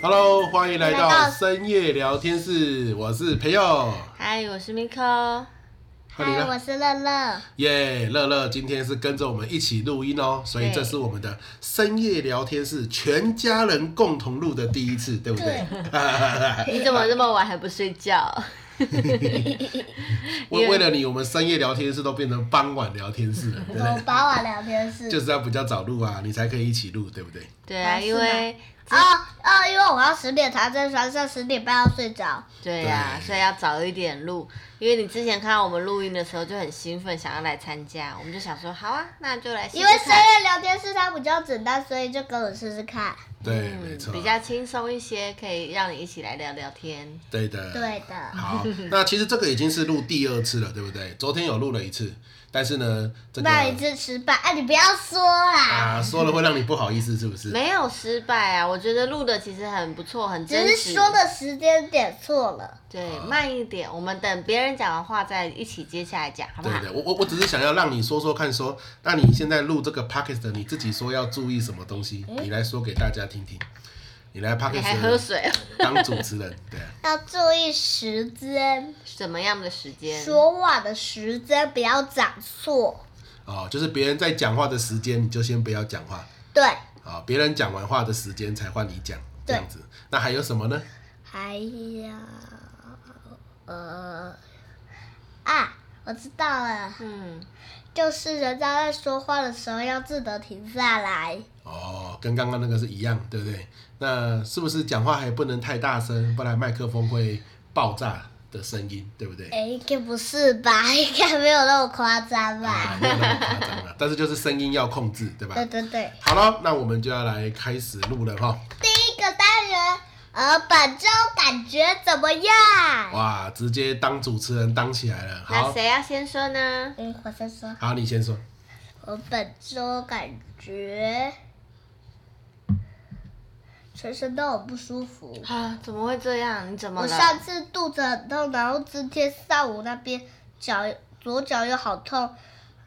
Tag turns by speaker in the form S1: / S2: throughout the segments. S1: Hello，欢迎来
S2: 欢迎来
S1: 到
S2: 到
S1: 深夜聊天室，我是培佑，
S3: 嗨，我是 Miko。
S1: 那你
S2: 嗨，哎我
S1: 呢？
S2: 是乐乐，
S1: 耶，乐乐今天是跟着我们一起录音哦，所以
S3: 对
S1: 这是我们的深夜聊天室全家人共同录的第一次，对不对？哎
S3: 你怎么这么晚还不睡觉？
S1: 为为了你，我们深夜聊天室都变成傍晚聊天室了，对不
S2: 我
S1: 对？
S2: 把我聊天室。
S1: 就是要比较早录啊，你才可以一起录，对不对？
S3: 对啊，
S2: 啊是
S3: 因为
S2: 哦哦，因为我要十点才在床上，十点半要睡着。
S3: 对呀、
S1: 对
S3: 所以要早一点录。因为你之前看到我们录音的时候就很兴奋，想要来参加，我们就想说好啊，那就来试试
S2: 因
S3: 看。
S2: 为深夜聊天室它比较简单，所以就跟我试试看。
S1: 对，
S3: 嗯
S1: 没错，
S3: 比较轻松一些，可以让你一起来聊聊天。
S1: 对的，
S2: 对的，
S1: 好，那其实这个已经是录第二次了，对不对？昨天有录了一次，但是呢，这个
S2: 那一次失败，哎，你不要说啦，
S1: 啊，说了会让你不好意思，是不是？
S3: 没有失败啊，我觉得录的其实很不错，很真
S2: 只
S3: 实。
S2: 是说的时间点错了。
S3: 对，慢一点，我们等别人讲完话再一起接下来讲，好不
S1: 对
S3: 好？
S1: 对，我我我只是想要让你说说看说，那你现在录这个 podcast，你自己说要注意什么东西，你来说给大家听听。你来
S3: 你还喝
S1: podcast
S3: 水？哦
S1: 当主持人，对啊、
S2: 要注意时间，
S3: 什么样的时间？
S2: 说话的时间不要讲错。
S1: 哦，就是别人在讲话的时间，你就先不要讲话
S2: 对，
S1: 啊、别人讲完话的时间才换你讲，这样子。那还有什么呢？
S2: 还有，呃，啊，我知道了。
S3: 嗯，
S2: 就是人家在说话的时候要记得停下来，
S1: 哦，跟刚刚那个是一样，对不对？那是不是讲话还不能太大声，不然麦克风会爆炸的声音，对不对？
S2: 哎，应该不是吧？ 应该没有那么夸张吧
S1: 啊，？没有那么夸张了，但是就是声音要控制，对吧？
S2: 对对对，
S1: 好了，那我们就要来开始录了哈。
S2: 第一个单元，呃，本周感觉怎么样？
S1: 哇，直接当主持人当起来了。
S3: 那
S1: 好，
S3: 谁要先说呢？
S2: 嗯，我先说，
S1: 好，你先说。
S2: 我本周感觉全身都很不舒服。
S3: 啊，怎么会这样？你怎么
S2: 我
S3: 了？
S2: 上次肚子很痛，然后今天上午那边脚左脚又好痛，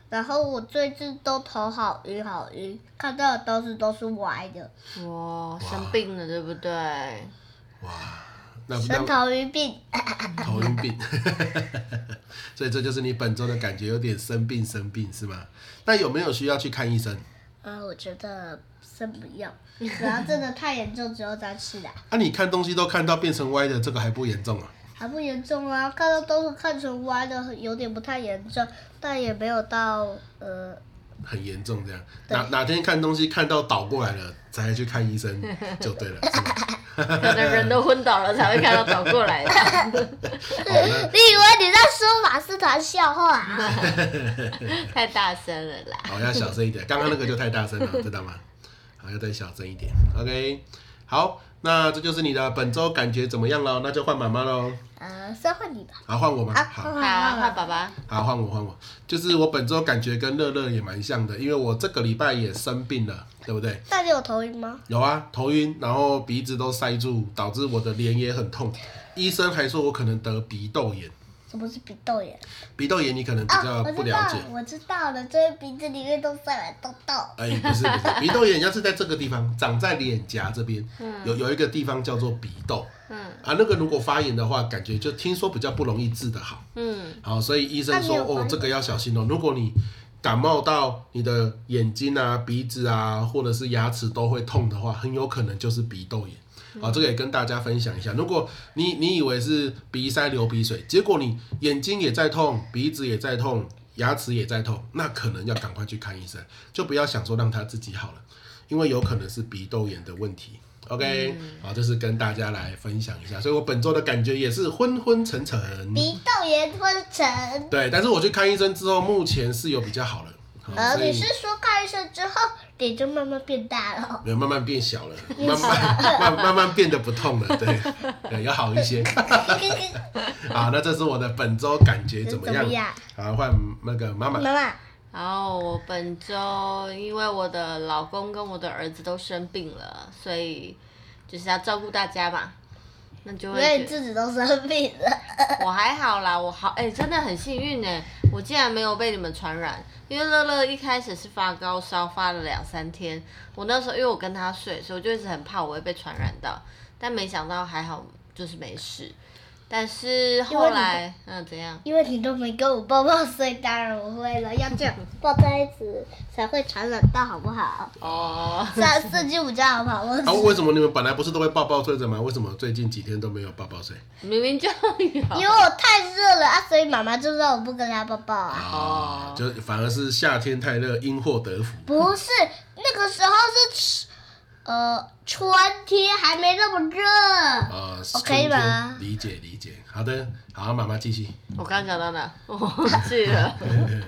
S2: 然后我最近都头好晕好晕，看到的东西都是歪的，
S3: 我生病了，对不对？
S1: 哇，那
S2: 生
S1: 那
S2: 头晕病。
S1: 头晕病， 所以这就是你本周的感觉，有点生病生病是吗？那有没有需要去看医生？
S2: 嗯，我觉得先不要，然后真的太严重之后再去啦，
S1: 啊，你看东西都看到变成歪的，这个还不严重啊？
S2: 还不严重啊，看到都是看成歪的，有点不太严重，但也没有到呃，
S1: 很严重这样。
S2: 对
S1: 哪哪天看东西看到倒过来了，才去看医生就对了，是吗？
S3: 可能人都昏倒了才会看到倒过来的。
S1: 好
S2: 你
S1: 那
S2: 以为你在说马斯团笑话啊？
S3: 太大声了啦！
S1: 好，要小声一点，刚刚那个就太大声 了，知道吗？好，要再小声一点。OK，好，那这就是你的本周感觉怎么样喽？那就换妈妈喽。
S2: 呃，先换你吧。
S1: 好，换我吗？
S2: 啊，
S1: 好，
S3: 好，换爸爸。
S1: 好，换我，换我。就是我本周感觉跟乐乐也蛮像的，因为我这个礼拜也生病了，对不对？
S2: 那你有头晕吗？
S1: 有啊，头晕，然后鼻子都塞住，导致我的脸也很痛。医生还说我可能得鼻窦炎，
S2: 什么是鼻窦炎？
S1: 鼻窦炎你可能比较
S2: 啊，我
S1: 不
S2: 知
S1: 了
S2: 道
S1: 解。，
S2: 我知道了，就是鼻子里面都塞满痘痘。
S1: 哎，不是不是，鼻窦炎要是在这个地方，长在脸颊这边，有有一个地方叫做鼻窦，
S3: 嗯
S1: 啊，那个如果发炎的话，感觉就听说比较不容易治得好，
S3: 嗯，
S1: 好，所以医生说
S2: 那你有
S1: 哦，
S2: 发炎
S1: 这个要小心哦，如果你感冒到你的眼睛啊、鼻子啊，或者是牙齿都会痛的话，很有可能就是鼻窦炎。
S2: 嗯
S1: 好，这个也跟大家分享一下。如果你你以为是鼻塞流鼻水，结果你眼睛也在痛，鼻子也在痛，牙齿也在痛，那可能要赶快去看医生，就不要想说让他自己好了，因为有可能是鼻窦炎的问题。OK，、好，
S2: 嗯
S1: 这是跟大家来分享一下。所以我本周的感觉也是昏昏沉沉。
S2: 鼻窦炎昏沉。
S1: 对，但是我去看医生之后，目前是有比较好了。好
S2: 呃，
S1: 所
S2: 你
S1: 以
S2: 是说看医生之后脸就慢慢变 大了？
S1: 没有慢慢变小了，慢 慢慢慢慢变得不痛了，对，对，要好一 些。好，那这是我的本周感觉怎么
S2: 怎
S1: 样
S2: 么样？
S1: 好，换那个妈妈
S2: 妈。妈，
S3: 然后我本周因为我的老公跟我的儿子都生病了，所以就是要照顾大家嘛。那就
S2: 因
S3: 会
S2: 为你
S3: 觉
S2: 自己都生病了，
S3: 我还好啦，我好哎、真的很幸运呢、我竟然没有被你们传染。因为乐乐一开始是发高烧，发了两三天，我那时候因为我跟他睡，所以我就一直很怕我会被传染到。但没想到还好就是没事。但是
S2: 因为
S3: 后
S2: 你
S3: 来，嗯，怎样？
S2: 因为你都没跟我抱抱，所以当然我会了。要这样抱在一起才会传染到，好不 好？
S3: 哦，
S2: 上四季五家好不好？
S1: 啊，为什么你们本来不是都会抱抱睡着吗？为什么最近几天都没有抱抱睡？
S3: 明明就有。
S2: 因为我太热了啊，所以妈妈就让我不跟她抱抱啊。
S1: 啊，就反而是夏天太热，因祸得福。
S2: 不是，那个时候是吃呃春天，还没那么热。
S1: 啊，
S2: 我哦可以吗
S1: 春天理解理解，好的，好，妈妈继续
S3: 我 刚刚讲到哪？我忘记啊了。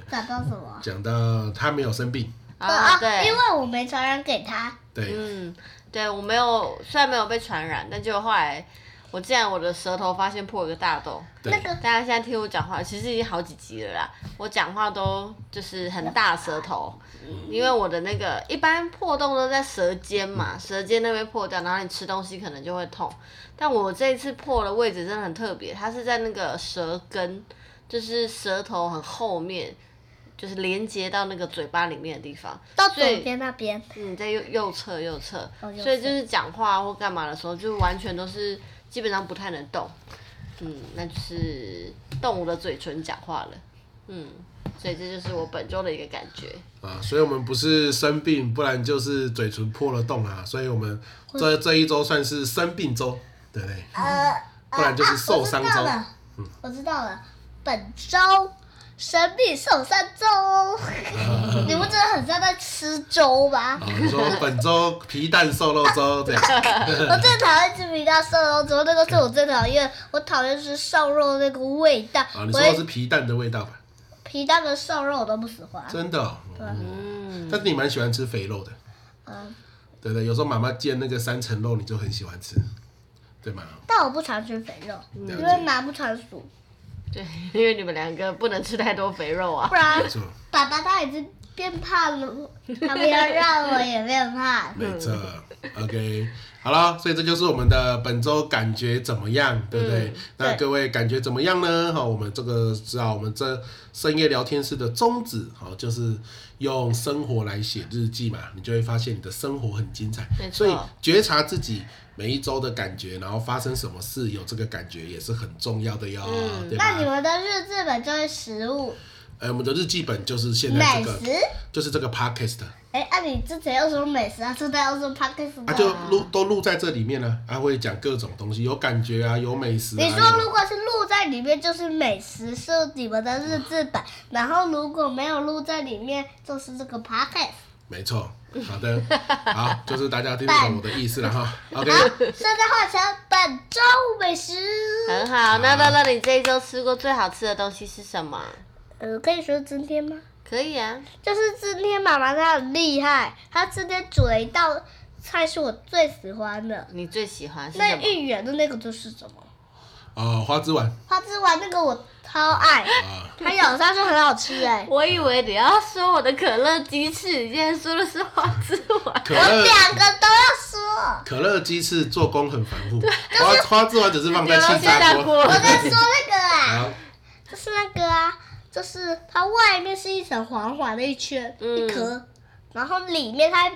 S2: 找到什么？呃
S1: 讲到他没有生病，
S3: 啊，
S2: 因
S3: 对，
S2: 为我没传染给他。
S1: 对，
S3: 嗯，对我没有，虽然没有被传染，但就后来我竟然我的舌头发现破了个大洞。
S1: 对
S2: 那个
S3: 大家现在听我讲话，其实已经好几集了啦。我讲话都就是很大舌头，因为我的那个一般破洞都在舌尖嘛，舌尖那边破掉，然后你吃东西可能就会痛。但我这一次破的位置真的很特别，它是在那个舌根，就是舌头很后面，就是连接到那个嘴巴里面的地方。
S2: 到
S3: 所以
S2: 左边那边，
S3: 嗯，在右右侧右侧，
S2: 哦右
S3: 所以
S2: 侧
S3: 就是讲话或干嘛的时候，就完全都是基本上不太能动，嗯，那就是动我的嘴唇讲话了，嗯，所以这就是我本周的一个感觉。
S1: 啊，所以我们不是生病，不然就是嘴唇破了洞啊，所以我们这这一周算是生病周，对不对？
S2: 呃，
S1: 不然就是
S2: 啊
S1: 受伤
S2: 我知道
S1: 周
S2: 了，我知道了，本周神秘受伤周， 你们真的很像在吃粥吧？
S1: 啊，你说本周皮蛋瘦肉粥 这样，
S2: 我最讨厌吃皮蛋瘦肉粥，那个是我最讨厌，我讨厌吃瘦肉那个味道
S1: 啊，，你
S2: 我
S1: 说的
S2: 连
S1: 是皮蛋的味道吧？
S2: 皮蛋跟瘦肉我都不喜欢。
S1: 真的、哦，
S2: 啊
S1: 嗯，
S3: 嗯，
S1: 但是你蛮喜欢吃肥肉的，
S2: 嗯，
S1: 对不对？有时候妈妈煎那个三层肉，你就很喜欢吃，对吗？
S2: 但我不常吃肥肉，因为妈不常煮，
S3: 对， 因为你们两个不能吃太多肥肉啊
S2: 不。然
S1: 没错，
S2: 爸爸他已经变胖了，他不要让我也 变胖。
S1: 没错，OK，好了，所以这就是我们的本周感觉怎么样，对不对？
S2: 嗯
S1: 那各位感觉怎么样呢？好，我们这个知道我们这深夜聊天室的宗旨，好，就是用生活来写日记嘛，你就会发现你的生活很精彩
S3: 没，错
S1: 所以觉察自己。每一周的感觉，然后发生什么事，有这个感觉也是很重要的哟，对吧？
S2: 嗯那你们的日志本就是食物、
S1: 呃，我们的日记本就是现在
S2: 美
S1: 这个，
S2: 食。
S1: 就是这个 podcast，
S2: 哎，那、你之前又说美食啊，现在又说 p o d c
S1: 啊，就录都录在这里面了、啊，会讲各种东西，有感觉啊，有美食、啊。
S2: 你说
S1: 有
S2: 如果是录在里面就是美食是你们的日志本，然后如果没有录在里面就是这个 p o d c a s
S1: 没错，好的，好，就是大家听 懂我的意思了哈。OK，
S2: t 现在换成本周美食，
S3: 很好，那乐乐，你这一周吃过最好吃的东西是什么？
S2: 呃，可以说今天吗？
S3: 可以啊，
S2: 就是今天妈妈她很厉害，她今天煮了一道菜是我最喜欢的。
S3: 你最喜欢是
S2: 那
S3: 什么？
S2: 芋圆的那个就是什么？
S1: 哦，花枝丸
S2: 花枝丸那个我超爱，
S1: 啊，
S2: 它咬上去很好吃哎、
S3: 我以为你要说我的可乐鸡翅，你竟然说的是花枝丸。
S1: 可
S2: 我
S1: 乐
S2: 两个都要 说。
S1: 可乐鸡翅做工很繁复，花花枝丸只是放在气炸
S3: 炸
S1: 锅。
S2: 我在说那个啊，
S1: 好，
S2: 就是那个啊，就是它外面是一层黄黄的一圈、
S3: 嗯
S2: 一壳，然后里面它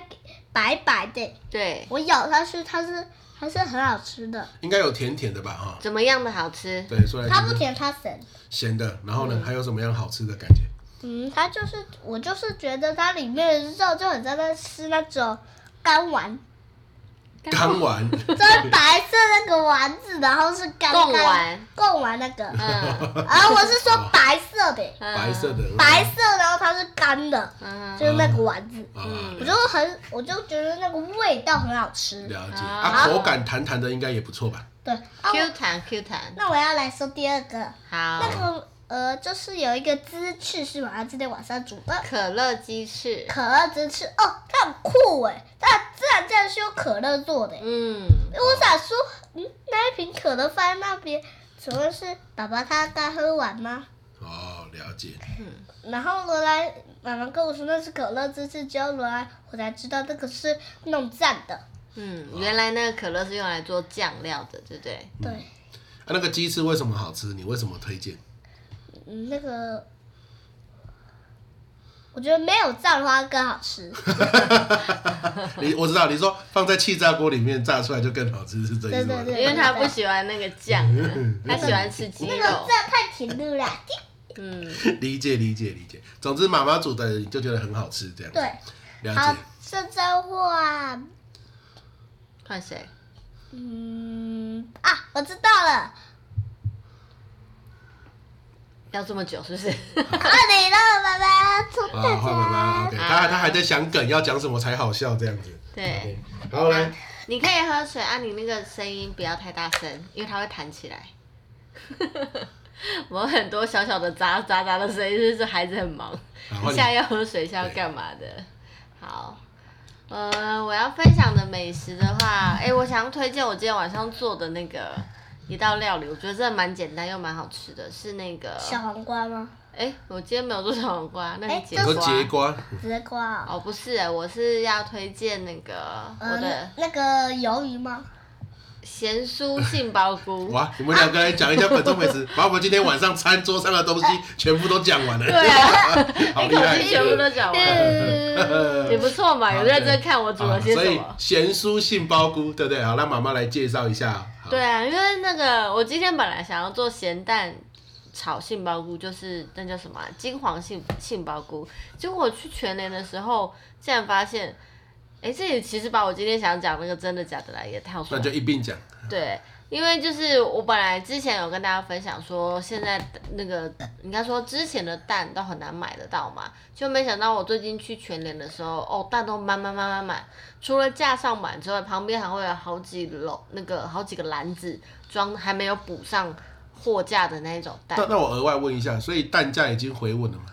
S2: 白白的，
S3: 对，
S2: 我咬上去它是还是很好吃的，
S1: 应该有甜甜的吧哈。
S3: 怎么样的好吃？
S1: 对，说来
S2: 它不
S1: 听听
S2: 甜它嗯咸。
S1: 咸的，然后呢，还有什么样好吃的感觉？
S2: 嗯，它就是我就是觉得它里面的肉就很像在吃那种干丸，
S1: 干丸，
S2: 就是白色那个丸子，然后是干
S3: 贡
S2: 干
S3: 丸，
S2: 贡丸那个，
S3: 嗯，
S2: 啊，我是
S1: 哦
S2: 说白色的，
S3: 嗯
S1: 白色的，
S2: 白色，然后它是干的，
S3: 嗯
S2: 就是那个丸子，
S1: 啊，
S2: 我就很，我就觉得那个味道很好吃。
S1: 了解
S3: 啊
S1: 啊，口感弹弹的应该也不错吧？
S2: 对，啊，
S3: ，Q
S2: 我
S3: 弹 Q 弹，
S2: 那我要来说第二个，那
S3: 好，
S2: 个呃，就是有一个鸡翅是晚上今天晚上煮的。
S3: 可乐鸡翅，
S2: 可乐鸡翅哦，它很酷哎，它自然竟然是用可乐做的耶。欸
S3: 嗯，
S2: 我想说，嗯，那一瓶可乐放在那边，请问是爸爸他刚喝完吗？
S1: 哦，了解。
S2: 然后罗兰妈妈跟我说那是可乐芝士胶罗兰，啊我才知道那个是弄蘸的。
S3: 嗯，原来那个可乐是用来做酱料的，对不对？
S2: 对，
S1: 啊，那个鸡翅为什么好吃？你为什么推荐？
S2: 嗯，那个嗯我觉得没有炸的话更好吃。
S1: 你我知道，你说放在气炸锅里面炸出来就更好吃，是这意思吗？
S2: 对对
S3: 因为他不喜欢那个酱啊， 他喜欢吃鸡
S2: 那个
S3: 肉。
S2: 炸太甜了啦。
S3: 嗯，
S1: 理解理解理解。总之，妈妈煮的你就觉得很好吃，这样子。
S2: 对，
S1: 了
S2: 好
S1: 解。，
S2: 这张画，
S3: 看谁？
S2: 嗯啊，我知道了，
S3: 要这么久是不是？
S2: 换你了，爸爸，出
S1: 啊，
S2: 大
S1: 换妈妈
S2: 家。
S1: ，OK，他他还在想梗要讲什么才好笑这样子。
S3: 对，
S1: OK，好来，
S3: 你可以喝水啊，你那个声音不要太大声，因为它会弹起来。我很多小小的喳喳喳的声音，就是孩子很忙，
S1: 好
S3: 一
S1: 换
S3: 下
S1: 你
S3: 要喝水，一下要干嘛的。好，呃，我要分享的美食的话，哎、我想要推荐我今天晚上做的那个一道料理，我觉得真的蛮简单又蛮好吃的，是那个
S2: 小黄瓜吗？
S3: 哎、我今天没有做小黄瓜，那
S2: 哎这
S3: 是节
S1: 你
S3: 瓜。
S1: 说节瓜，
S2: 直接瓜哦。
S3: 啊哦，不是，我是要推荐那个我
S2: 呃，
S3: 的
S2: 那那个鱿鱼吗？
S3: 咸酥杏鲍菇。
S1: 哇，你们两个来讲一下本周美 食，把我们今天晚上餐桌上的东西全部都讲完了。
S3: 对啊，
S1: 好
S3: 一
S1: 厉
S3: 口
S1: 害！
S3: 气全部都讲完了，也不错嘛，有认真看我啊煮了些
S1: 啊所
S3: 什
S1: 以
S3: 么。
S1: 咸酥杏鲍菇，对不对？好，让妈妈来介绍一下。好
S3: 对，啊，因为那个我今天本来想要做咸蛋炒杏鲍菇，就是那叫什么啊、金黄杏杏鲍菇，结果我去全联的时候，竟然发现，哎，这也其实把我今天想讲那个真的假的来也套出
S1: 那
S3: 来
S1: 就。一并讲。
S3: 对，因为就是我本来之前有跟大家分享说，现在那个应该说之前的蛋都很难买得到嘛，就没想到我最近去全联的时候，哦，蛋都满满满满满，除了架上满之外，旁边还会有好几篓那个好几个篮子装还没有补上货架的那一种蛋
S1: 那。那我额外问一下，所以蛋价已经回稳了吗？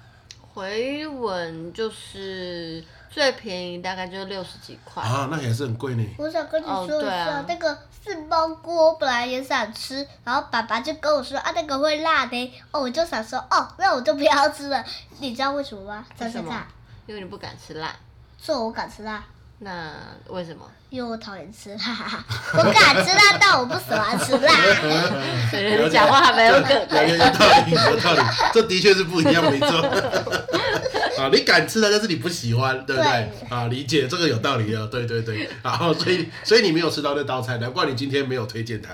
S3: 回稳就是最便宜大概就六十几块，
S1: 啊，那也是很贵呢。
S2: 我想跟你
S3: 哦
S2: 说一
S3: 对
S2: 下，
S3: 啊
S2: 那个杏鲍菇我本来也想吃，然后爸爸就跟我说啊那个会辣的，哦我就想说哦那我就不要吃了，你知道为什么吗？
S3: 为
S2: 想
S3: 什
S2: 想
S3: 么
S2: 看，？
S3: 因为你不敢吃辣，
S2: 是我敢吃辣，
S3: 那为什么？
S2: 因为我讨厌吃辣， 我敢吃辣，但我不喜欢吃 辣。
S3: 你讲话还没有 梗。
S1: 有有有道理，有道理，这的确是不一样，没错。啊，你敢吃的，但是你不喜欢，对不对？啊，理解这个有道理的，对对对。好，所以所以你没有吃到那道菜，难怪你今天没有推荐它。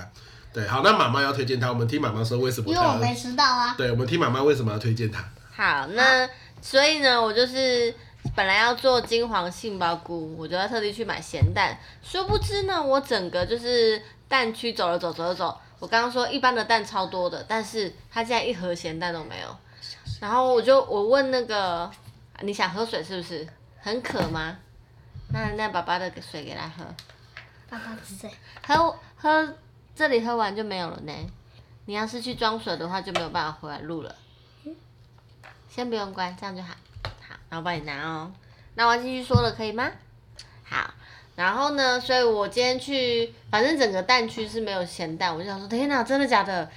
S1: 对，好，那妈妈要推荐它，我们听妈妈说为什么
S2: 因为我
S1: 她
S2: 没吃到啊。
S1: 对，我们听妈妈为什么要推荐它。
S3: 好，那所以呢，我就是本来要做金黄杏鲍菇，我就要特地去买咸蛋，殊不知呢，我整个就是蛋区走了走走了走，我刚刚说一般的蛋超多的，但是它竟然一盒咸蛋都没有。然后我就我问那个你想喝水是不是？很渴吗？那那爸爸的水给他喝，
S2: 爸爸吃水，
S3: 喝喝这里喝完就没有了呢。你要是去装水的话，就没有办法回来录了。先不用关，这样就好。好，然后帮你拿哦。那我要继续说了，可以吗？好。然后呢，所以我今天去，反正整个蛋区是没有咸蛋，我就想说，天哪，真的假的？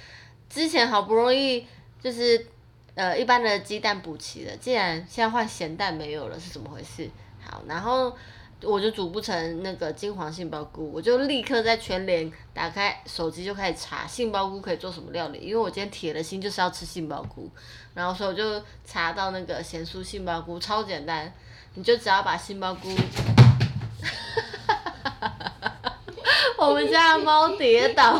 S3: 之前好不容易就是呃一般的鸡蛋补齐了，竟然现在换咸蛋没有了，是怎么回事？好，然后我就煮不成那个金黄杏鲍菇，我就立刻在全联打开手机就开始查杏鲍菇可以做什么料理，因为我今天铁了心就是要吃杏鲍菇，然后所以我就查到那个咸酥杏鲍菇，超简单，你就只要把杏鲍菇。 我们家的猫跌倒，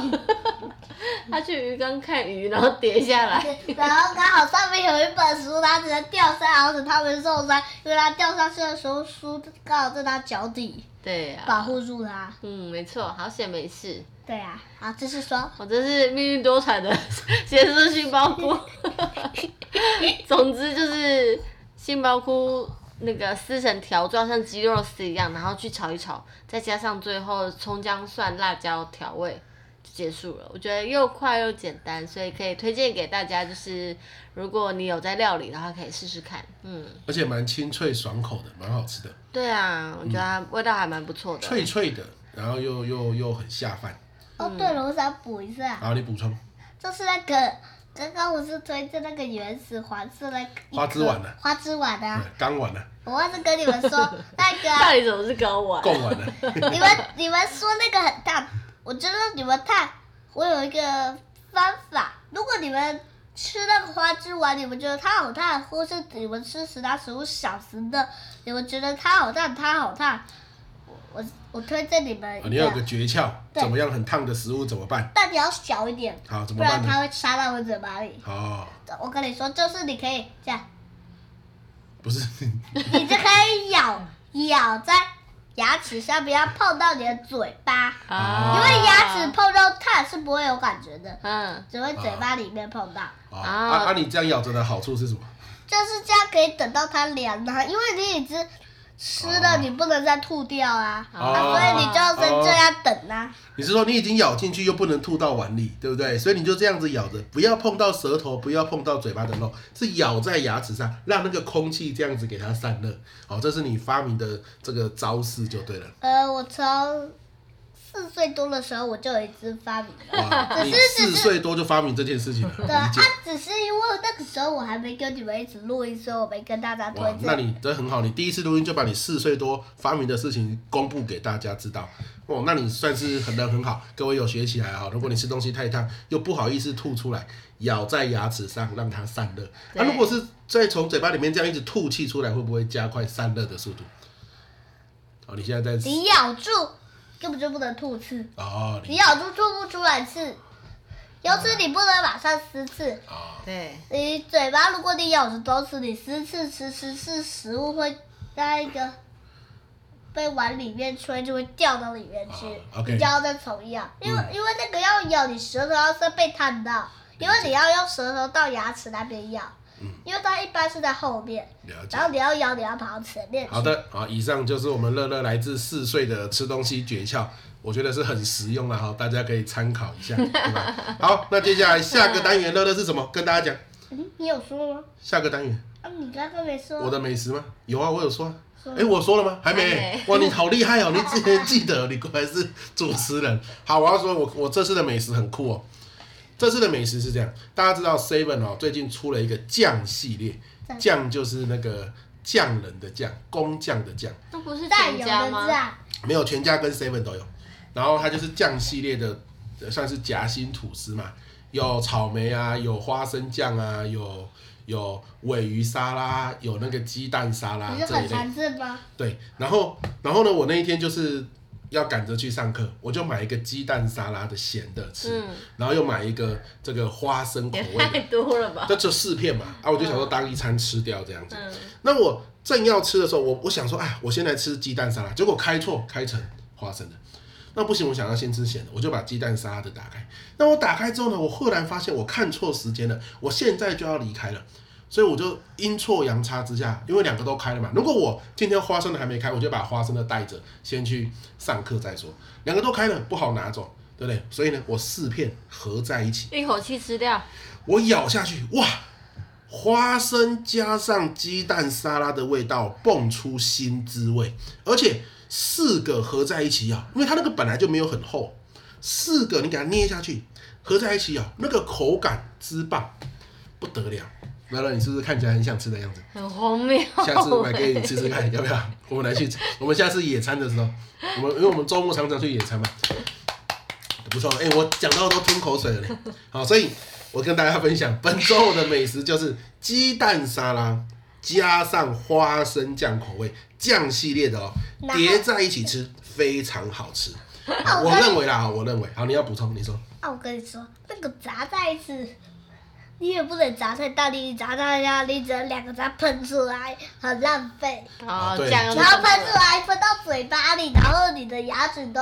S3: 它去鱼缸看鱼，然后跌下来。
S2: 然后刚好上面有一本书，它只能掉下来，而且它没受伤，因为它掉下去的时候，书刚好在它脚底
S3: 对呀、
S2: 保护住它。
S3: 嗯，没错，好险没事。
S2: 对啊，好，这是说
S3: 我真是命运多舛的 咸酥杏鲍菇。
S2: 嗯
S3: 总之就是杏鲍菇那个撕成条状，像鸡肉丝一样，然后去炒一炒，再加上最后葱姜蒜辣椒调味。就结束了，我觉得又快又简单，所以可以推荐给大家。就是如果你有在料理的话，可以试试看。嗯，
S1: 而且蛮清脆爽口的，蛮好吃的，
S3: 对啊，我觉得它味道还蛮不错
S1: 嗯
S3: 的。
S1: 脆脆的，然后又又又很下饭。
S2: 哦，对了，我想补一下，
S1: 好，你补充，
S2: 就是那个刚刚我是推荐那个原始黄色那个一颗
S1: 花枝丸啊
S2: 花枝丸啊，
S1: 对刚完了，
S2: 我忘记跟你 们说那个
S3: 到
S2: 啊，
S3: 底怎么是跟我啊？
S1: 够完了。
S2: 你们你们说那个很烫，我知道你们烫，我有一个方法，如果你们吃那个花枝丸，你们觉得它好烫，或是你们吃其他食物想吃的，你们觉得它好烫，它好烫。我我我推荐你们
S1: 啊，
S2: 一
S1: 你
S2: 个，
S1: 要有个诀窍，
S2: 对
S1: 怎么样很烫的食物怎么办？
S2: 但你要小一点，
S1: 好，怎
S2: 不
S1: 么
S2: 然
S1: 办
S2: 它
S1: 呢？
S2: 会插到我嘴巴里。
S1: 哦，
S2: 我跟你说，就是你可以这样，
S1: 不是，
S2: 你就可以咬咬在牙齿上，不要碰到你的嘴巴，
S1: 啊
S2: 因为牙齿碰到碳是不会有感觉的，
S3: 嗯，
S2: 只会嘴巴里面碰到。
S1: 哦
S3: 啊
S1: 啊啊，你这样咬着的好处是什么？
S2: 就是这样可以等到它凉了，因为你已经吃
S1: 哦
S2: 了，你不能再吐掉啊，
S1: 哦
S2: 啊所以你就要先这样等啊。
S1: 你是说你已经咬进去又不能吐到碗里，对不对？所以你就这样子咬着，不要碰到舌头，不要碰到嘴巴的肉，是咬在牙齿上，让那个空气这样子给它散热。好、这是你发明的这个招式就对了。
S2: 呃，我从四岁多的时候我就有一只发明了，
S1: 哇，你四岁多就发明这件事情了，
S2: 对啊
S1: 理，解。
S2: 只是因为那个时候我还没跟你们一起录音，所以我没跟大家推
S1: 哇，那
S2: 荐。
S1: 你这很好，你第一次录音就把你四岁多发明的事情公布给大家知道，哦，那你算是很人很好，各位有学起来啊哈、如果你吃东西太烫，又不好意思吐出来，咬在牙齿上让它散热。那、
S3: 对
S1: 如果是再从嘴巴里面这样一直吐气出来，会不会加快散热的速度？哦，你现在在
S2: 你咬住根本就不能吐刺，
S1: 哦，
S2: 你
S1: 你
S2: 咬住吐不出来刺，尤其你不能马上撕刺。
S1: 哦，
S3: 对，
S2: 你嘴巴，如果你咬着东西，你撕刺吃吃吃食物会在一个被往里面吹，就会掉到里面去，
S1: 啊，OK 嗯
S2: 你就要再重咬，因为、因为那个要咬，你舌头要是被烫到，因为你要用舌头到牙齿那边咬，
S1: 嗯
S2: 因为它一般是在后面，
S1: 了解
S2: 然。后你要咬，你要跑到前面去。
S1: 好的，好，以上就是我们乐乐来自四岁的吃东西诀窍，我觉得是很实用了哈，大家可以参考一下，对吧？好，那接下来下个单元乐乐是什么？跟大家讲，
S2: 嗯，你有说吗？
S1: 下个单元
S2: 啊，你刚刚没说。
S1: 我的美食吗？有啊，我有说、啊。
S2: 说
S1: 哎、我说了吗？还没。
S3: 还没
S1: 哇，你好厉害哦！你之前记得，你果然是主持人。好，我要说我，我这次的美食很酷哦。这次的美食是这样，大家知道 Seven 哦，最近出了一个酱系列，酱就是那个匠人的匠，工匠的匠。
S3: 都不是
S2: 带
S3: 全
S2: 油
S3: 家
S2: 的啊
S3: 吗？
S2: 蘸，
S1: 没有全家跟 seven 都有，然后它就是酱系列的，呃算是夹心吐司嘛，有草莓啊，有花生酱啊，有有尾鱼沙拉，有那个鸡蛋沙拉
S2: 你是
S1: 啊这一
S2: 很
S1: 类。
S2: 常见吗？
S1: 对，然后然后呢，我那一天就是要赶着去上课，我就买一个鸡蛋沙拉的咸的吃，
S3: 嗯
S1: 然后又买一个这个花生口
S3: 也
S1: 味
S3: 太
S1: 的，
S3: 多了吧？
S1: 这就四片嘛，啊，我就想说当一餐吃掉这样子。
S3: 嗯，
S1: 那我正要吃的时候，我我想说，哎，我先来吃鸡蛋沙拉，结果开错，开成花生的。那不行，我想要先吃咸的，我就把鸡蛋沙拉的打开。那我打开之后呢，我忽然发现我看错时间了，我现在就要离开了，所以我就阴错阳差之下，因为两个都开了嘛。如果我今天花生的还没开，我就把花生的带着先去上课再说。两个都开了，不好拿走，对不对？所以呢，我四片合在一起，
S3: 一口气吃掉，
S1: 我咬下去，哇！花生加上鸡蛋沙拉的味道蹦出新滋味，而且四个合在一起咬，因为它那个本来就没有很厚，四个你给它捏下去，合在一起咬，那个口感之棒，不得了。来了，你是不是看起来很想吃的样子？
S3: 很荒谬欸。
S1: 下次买 给你吃吃看，要不要？我们来 去，我们下次野餐的时候，我们因为我们周末常常去野餐嘛，不错，哎、我讲到都吞口水了嘞。好，所以我跟大家分享本周我的美食就是鸡蛋沙拉加上花生酱口味酱系列的哦，
S2: 然后
S1: 叠在一起吃非常好吃。好
S2: 我
S1: 我
S2: 跟你
S1: 认为啦，我认为，好，你要补充，你说。
S2: 啊，我跟你说，那个砸在一起，你也不能砸太大力，你砸太大力，只能两个砸喷出来，很浪费。
S1: 啊
S3: 哦
S1: 对，
S3: 酱油
S2: 然后喷出来喷到嘴巴里，然后你的牙齿都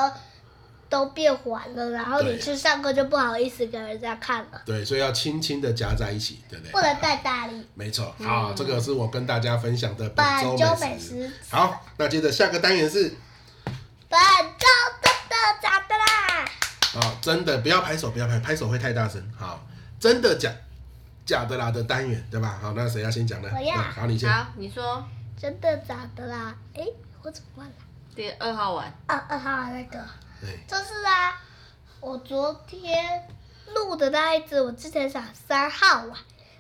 S2: 都变黄了，然后
S1: 对
S2: 你去上课就不好意思给人家看了，
S1: 对，所以要轻轻的夹在一起，对不对？
S2: 不能太大力。
S1: 没错，好，这个是我跟大家分享的本
S2: 本
S1: 周
S2: 周美
S1: 美
S2: 食
S1: 食。好，那接着下个单元是
S2: 本周真的假的啦？
S1: 啊，真的不要拍手，不要拍，拍手会太大声。好，真的假假的啦的单元，对吧？好，那谁要先讲呢？
S2: 我要
S1: 好，你先。
S3: 好，你说
S2: 真的假的啦？诶，我怎么忘了？
S3: 第二号碗，
S2: 二二号那个。
S1: 对，
S2: 就是啊，我昨天录的那一只，我之前想三号啊，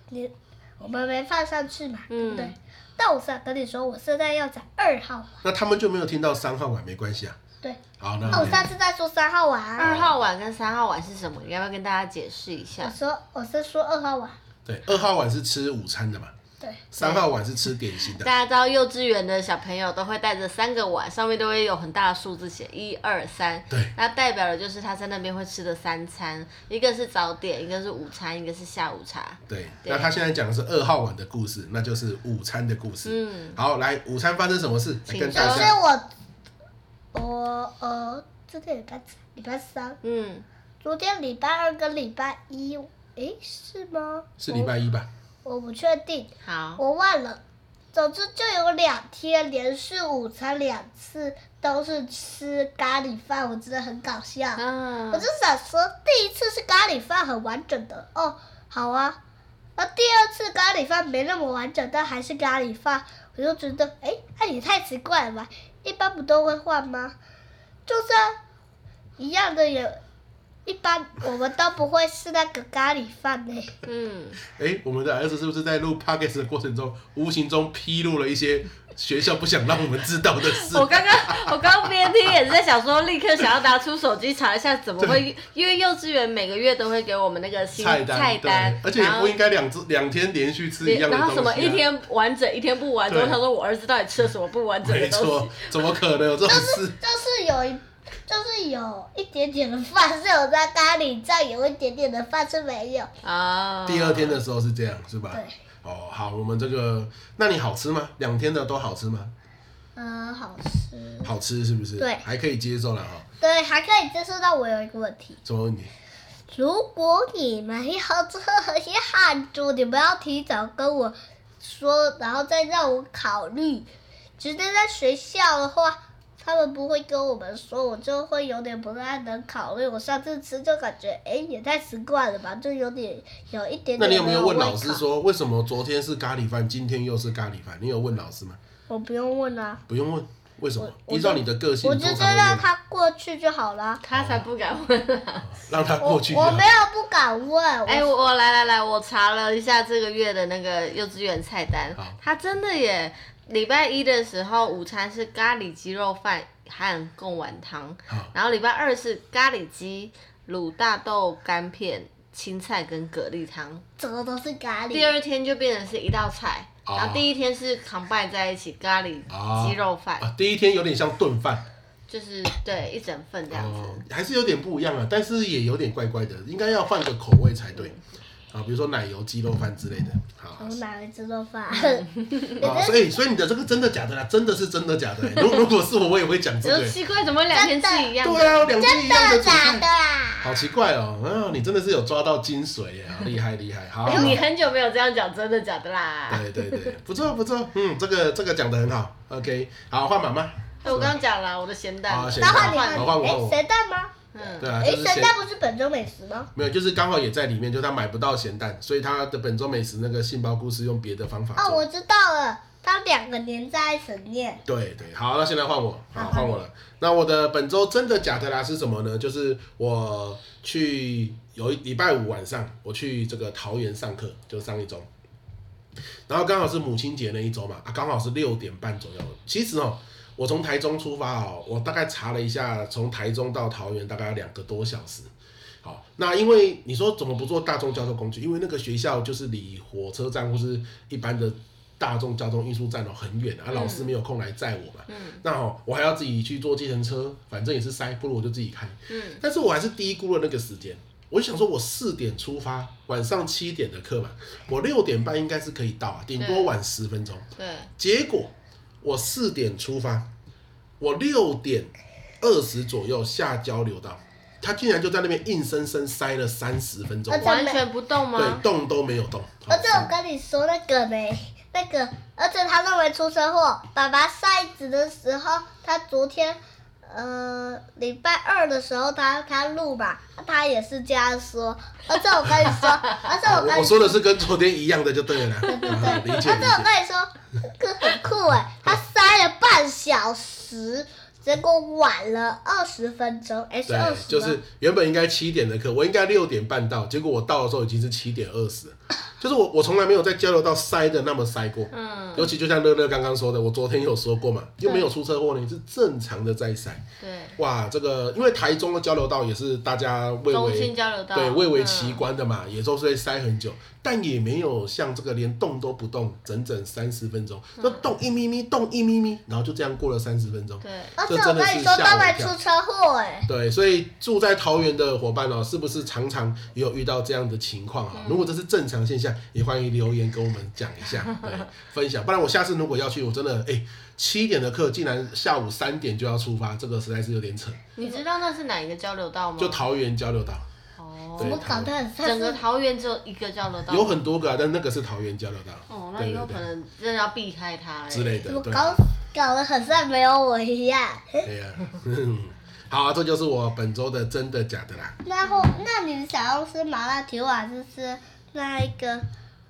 S2: 你我们没放上去嘛，对不对
S3: 嗯？
S2: 但我想跟你说，我现在要讲二号碗，
S1: 那他们就没有听到三号碗，没关系啊。
S2: 对。
S1: 好，那
S3: 哦
S2: 那我
S1: 你
S2: 上次在说三号碗啊，
S3: 二号碗跟三号碗是什么？你要不要跟大家解释一
S2: 我
S3: 下？
S2: 说我是说二号碗，啊
S1: 对，二号碗是吃午餐的嘛，
S2: 对，
S1: 三号碗是吃点心的
S3: 大。家知道幼稚园的小朋友都会带着三个碗，上面都会有很大的数字写一二三，
S1: 对，
S3: 那代表的就是他在那边会吃的三餐，一个是早点，一个是午餐，一个是下午茶。
S1: 对，
S3: 对
S1: 那他现在讲的是二号碗的故事，那就是午餐的故事。
S3: 嗯，
S1: 好，来，午餐发生什么事？来
S3: 请
S1: 跟
S3: 说
S1: 大
S2: 可是
S1: 家
S2: 我我呃，这天礼拜礼拜三，
S3: 嗯，
S2: 昨天礼拜二跟礼拜一，诶，是吗？
S1: 是礼拜一吧？
S2: 我我不确定，
S3: 好，
S2: 我忘了。总之就有两天连续午餐两次都是吃咖喱饭，我真的很搞笑。
S3: 嗯
S2: 我就，想说，第一次是咖喱饭很完整的哦，好啊。然后第二次咖喱饭没那么完整，但还是咖喱饭，我就觉得，哎，那、也太奇怪了吧？一般不都会换吗？就算一样的也，一般我们都不会是那个咖喱饭呢、
S3: 嗯，
S1: 哎，我们的儿子是不是在录 podcast 的过程中，无形中披露了一些学校不想让我们知道的事？
S3: 我刚刚我刚刚边听也是在想说，立刻想要拿出手机查一下怎么会，因为幼稚园每个月都会给我们那个新
S1: 菜单，
S3: 菜单
S1: 对，而且也
S3: 然后
S1: 不应该两只两天连续吃一样的
S3: 然
S1: 东西、
S3: 后
S1: 啊。
S3: 什么一天完整，一天不完整。
S1: 对
S3: 我想说，我儿子到底吃了什么不完整的
S1: 没
S3: 东西
S1: 错？，怎么可能有这种 事？
S2: 就是有一，就是有一点点的饭是有在咖喱酱，有一点点的饭是没有。
S3: 啊！
S1: 第二天的时候是这样，是吧？
S2: 对，
S1: 哦，好，我们这个，那你好吃吗？两天的都好吃吗？
S2: 嗯，好吃。
S1: 好吃是不是？
S2: 对
S1: 还可以接受了哈。
S2: 对，还可以接受到我有一个问题。
S1: 什么问题？
S2: 如果你们要这样做，你们要提早跟我说，然后再让我考虑。直接在学校的话，他们不会跟我们说，我就会有点不太能考虑。我上次吃就感觉，哎，也太奇怪了吧，就有点有一点点。
S1: 那你有没有问老师
S2: 说？
S1: 说，为什么昨天是咖喱饭，今天又是咖喱饭？你有问老师吗？
S2: 我不用问啊，
S1: 不用问，为什么？
S2: 我
S1: 依照你的个性，
S2: 我
S1: 你
S2: 就
S1: 通
S2: 是
S1: 常会
S2: 让
S1: 问
S2: 他过去就好了。
S3: 他才不敢问啊！
S1: 让他
S2: 我
S1: 过去就好。
S2: 我没有不敢问，
S3: 哎、我我来来来，我查了一下这个月的那个幼稚园菜单
S1: 好，
S3: 他真的耶！礼拜一的时候，午餐是咖喱鸡肉饭和贡丸汤，
S1: 好，
S3: 然后礼拜二是咖喱鸡、卤大豆干片、青菜跟蛤蜊汤。
S2: 怎么都是咖喱。
S3: 第二天就变成是一道菜，
S1: 哦
S3: 然后第一天是 combine 在一起咖喱
S1: 哦
S3: 鸡肉饭，
S1: 啊，第一天有点像炖饭，
S3: 就是对一整份这样子。
S1: 哦，还是有点不一样啊，但是也有点怪怪的，应该要换个口味才对。啊，比如说奶油鸡肉饭之类的，好，好
S2: 我哪来吃肉饭？
S3: 嗯
S1: 啊，所以所以你的这个真的假的啦，真的是真的 假的、欸。如如果是我，我也会讲这
S3: 就
S1: 个、欸。
S3: 奇怪，怎么两天吃一样
S1: 对啊，两只一样的主
S2: 假
S1: 菜，
S2: 的啦？
S1: 好奇怪哦、啊，你真的是有抓到精髓耶，好厉害厉害。好，好
S3: 哎
S2: 哎
S3: 你很久没有这样讲，真的假的啦？
S1: 对对对，不错不错，嗯，这个这个讲的很好。OK，好，换妈妈。
S3: 哎我刚刚讲了我的咸蛋
S1: 啊好，咸
S2: 然
S1: 蛋
S2: 后你
S1: 换我换我换
S2: 哎，
S1: 我
S2: 咸蛋吗？
S3: 嗯，
S1: 对啊，
S2: 哎，
S1: 就是
S2: 咸
S1: 咸
S2: 蛋不是本州美食吗？
S1: 没有，就是刚好也在里面，就他买不到咸蛋，所以他的本周美食那个杏鲍菇是用别的方法
S2: 哦，
S1: 做。
S2: 我知道了，它两个连在一起念。
S1: 对对，好，那现在换我，好
S2: 好
S1: 换我了。那我的本周真的假的啦是什么呢？就是我去有一礼拜五晚上，我去这个桃园上课，就上一周，然后刚好是母亲节那一周嘛，啊，刚好是六点半左右。其实哦，我从台中出发哦，我大概查了一下，从台中到桃园大概要两个多小时。好，那因为你说怎么不坐大众交通工具？因为那个学校就是离火车站或是一般的大众交通运输站哦很远啊，老师没有空来载我嘛。那哦，我还要自己去坐计程车，反正也是塞，不如我就自己开。嗯，但是我还是低估了那个时间。我就想说，我四点出发，晚上七点的课嘛，我六点半应该是可以到啊，顶多
S3: 对
S1: 晚十分钟。
S3: 对，
S1: 结果我四点出发，我六点二十左右下交流道，他竟然就在那边硬生生塞了三十分钟
S2: 而，且
S3: 完全不动
S1: 对，
S3: 吗？
S1: 动都没有动。好
S2: 而且我跟你说那个呢，那个，而且他认为出车祸。爸爸晒子的时候，他昨天，呃，礼拜二的时候他他录嘛，他也是这样说。而且我跟你 说，而且我
S1: 我
S2: 跟
S1: 我
S2: 你
S1: 说的是跟昨天一样的就对了啦，啊理解
S2: 而
S1: 理
S2: 且我
S1: 解。
S2: 跟你说，这个很酷哎，他塞了半小时，结果晚了二十分钟，哎，是二
S1: 对，
S2: 十，
S1: 就是原本应该七点的课，我应该六点半到，结果我到的时候已经是七点二十，就是我我从来没有在交流道塞的那么塞过。
S3: 嗯，
S1: 尤其就像乐乐刚刚说的，我昨天有说过嘛，又没有出车祸呢，是正常的在塞。
S3: 对，
S1: 哇，这个因为台中的交流道也是大家蔚
S3: 中心
S1: 为
S3: 交流道，
S1: 对蔚为
S3: 嗯
S1: 奇观的嘛，也都是会塞很久，但也没有像这个连动都不动，整整三十分钟，
S3: 嗯
S1: 就动一咪咪，动一咪咪，然后就这样过了三十分钟。
S3: 对，
S2: 而且
S1: 这
S2: 我
S1: 真
S2: 跟
S1: 的
S2: 你
S1: 是
S2: 说，
S1: 吓
S2: 当
S1: 我一
S2: 然
S1: 跳
S2: 出车祸哎、
S1: 对，所以住在桃园的伙伴哦，是不是常常也有遇到这样的情况
S3: 嗯
S1: 啊？如果这是正常现象，也欢迎留言跟我们讲一 下，对，分享。不然我下次如果要去，我真的哎，七点的课竟然下午三点就要出发，这个实在是有点扯。
S3: 你知道那是哪一个交流道吗？
S1: 就桃园交流道
S3: 哦，
S2: 怎
S1: 对
S2: 么搞得很像
S3: 整个
S2: 是？
S3: 桃园只有一个交流道，
S1: 有很多个、啊，但那个是桃园交流道
S3: 哦，那
S1: 对
S3: 以后
S1: 对
S3: 可
S1: 对
S3: 能真的要避开它嘞
S1: 之类
S2: 怎
S1: 的，
S2: 么
S1: 对，
S2: 搞搞得很像没有我一样？
S1: 对呀、 嗯好、啊，这就是我本周的真的假的啦。
S2: 然后，那你想要吃麻辣铁碗，就是那一个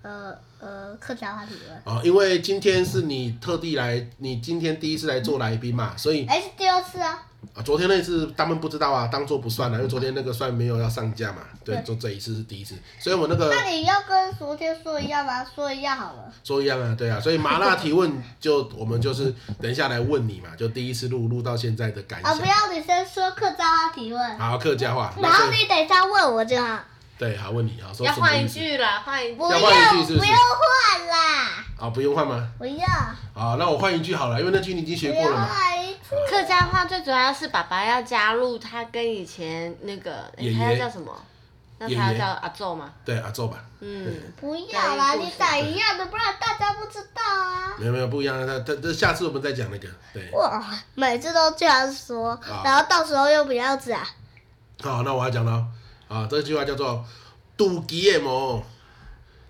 S2: 呃呃客家话里面，
S1: 哦，因为今天是你特地来，你今天第一次来做来宾嘛，所以
S2: 哎是第二次啊，
S1: 啊，昨天那次他们不知道啊，当做不算了，因为昨天那个算没有要上架嘛。
S3: 嗯
S1: 对，
S2: 对
S1: 就这一次是第一次，所以我那个
S2: 嗯那你要跟昨天说一样吗？说一样好了。
S1: 说一样啊，对啊，所以麻辣提问就我们就是等一下来问你嘛，就第一次录录到现在的感
S2: 啊，
S3: 哦
S2: 不
S1: 想。
S2: 要你先说客家话提问，
S1: 好，客家话，
S2: 然后
S1: 那是
S2: 你等一下问我就好。
S1: 对，好问你啊，说
S3: 要
S1: 什么
S3: 换
S1: 意
S3: 一
S1: 思？
S3: 句啦，换一句
S2: 不
S1: 要换一句是不是
S2: 不要换啦，
S1: 啊，不用换吗？
S2: 不要，
S1: 好，那我换一句好了，因为那句你已经
S2: 不
S1: 学过
S2: 要
S1: 了嘛。
S2: 换一次。
S3: 客家话最主要是爸爸要加入他跟以前那个，
S1: 爷
S3: 诶
S1: 爷
S3: 他要叫什么？那
S1: 爷
S3: 他要
S1: 爷
S3: 叫阿昼嘛？
S1: 对啊，做吧。
S3: 嗯，
S2: 不要啦，
S3: 哪一部
S2: 你打一样的，不然大家不知道啊。
S1: 没有没有不一样啊，那这这下次我们再讲那个。对，
S2: 哇，每次都这样说，
S1: 嗯啊
S2: 然后到时候又不要讲。
S1: 好，那我要讲了哦。啊，这句话叫做“肚脐的毛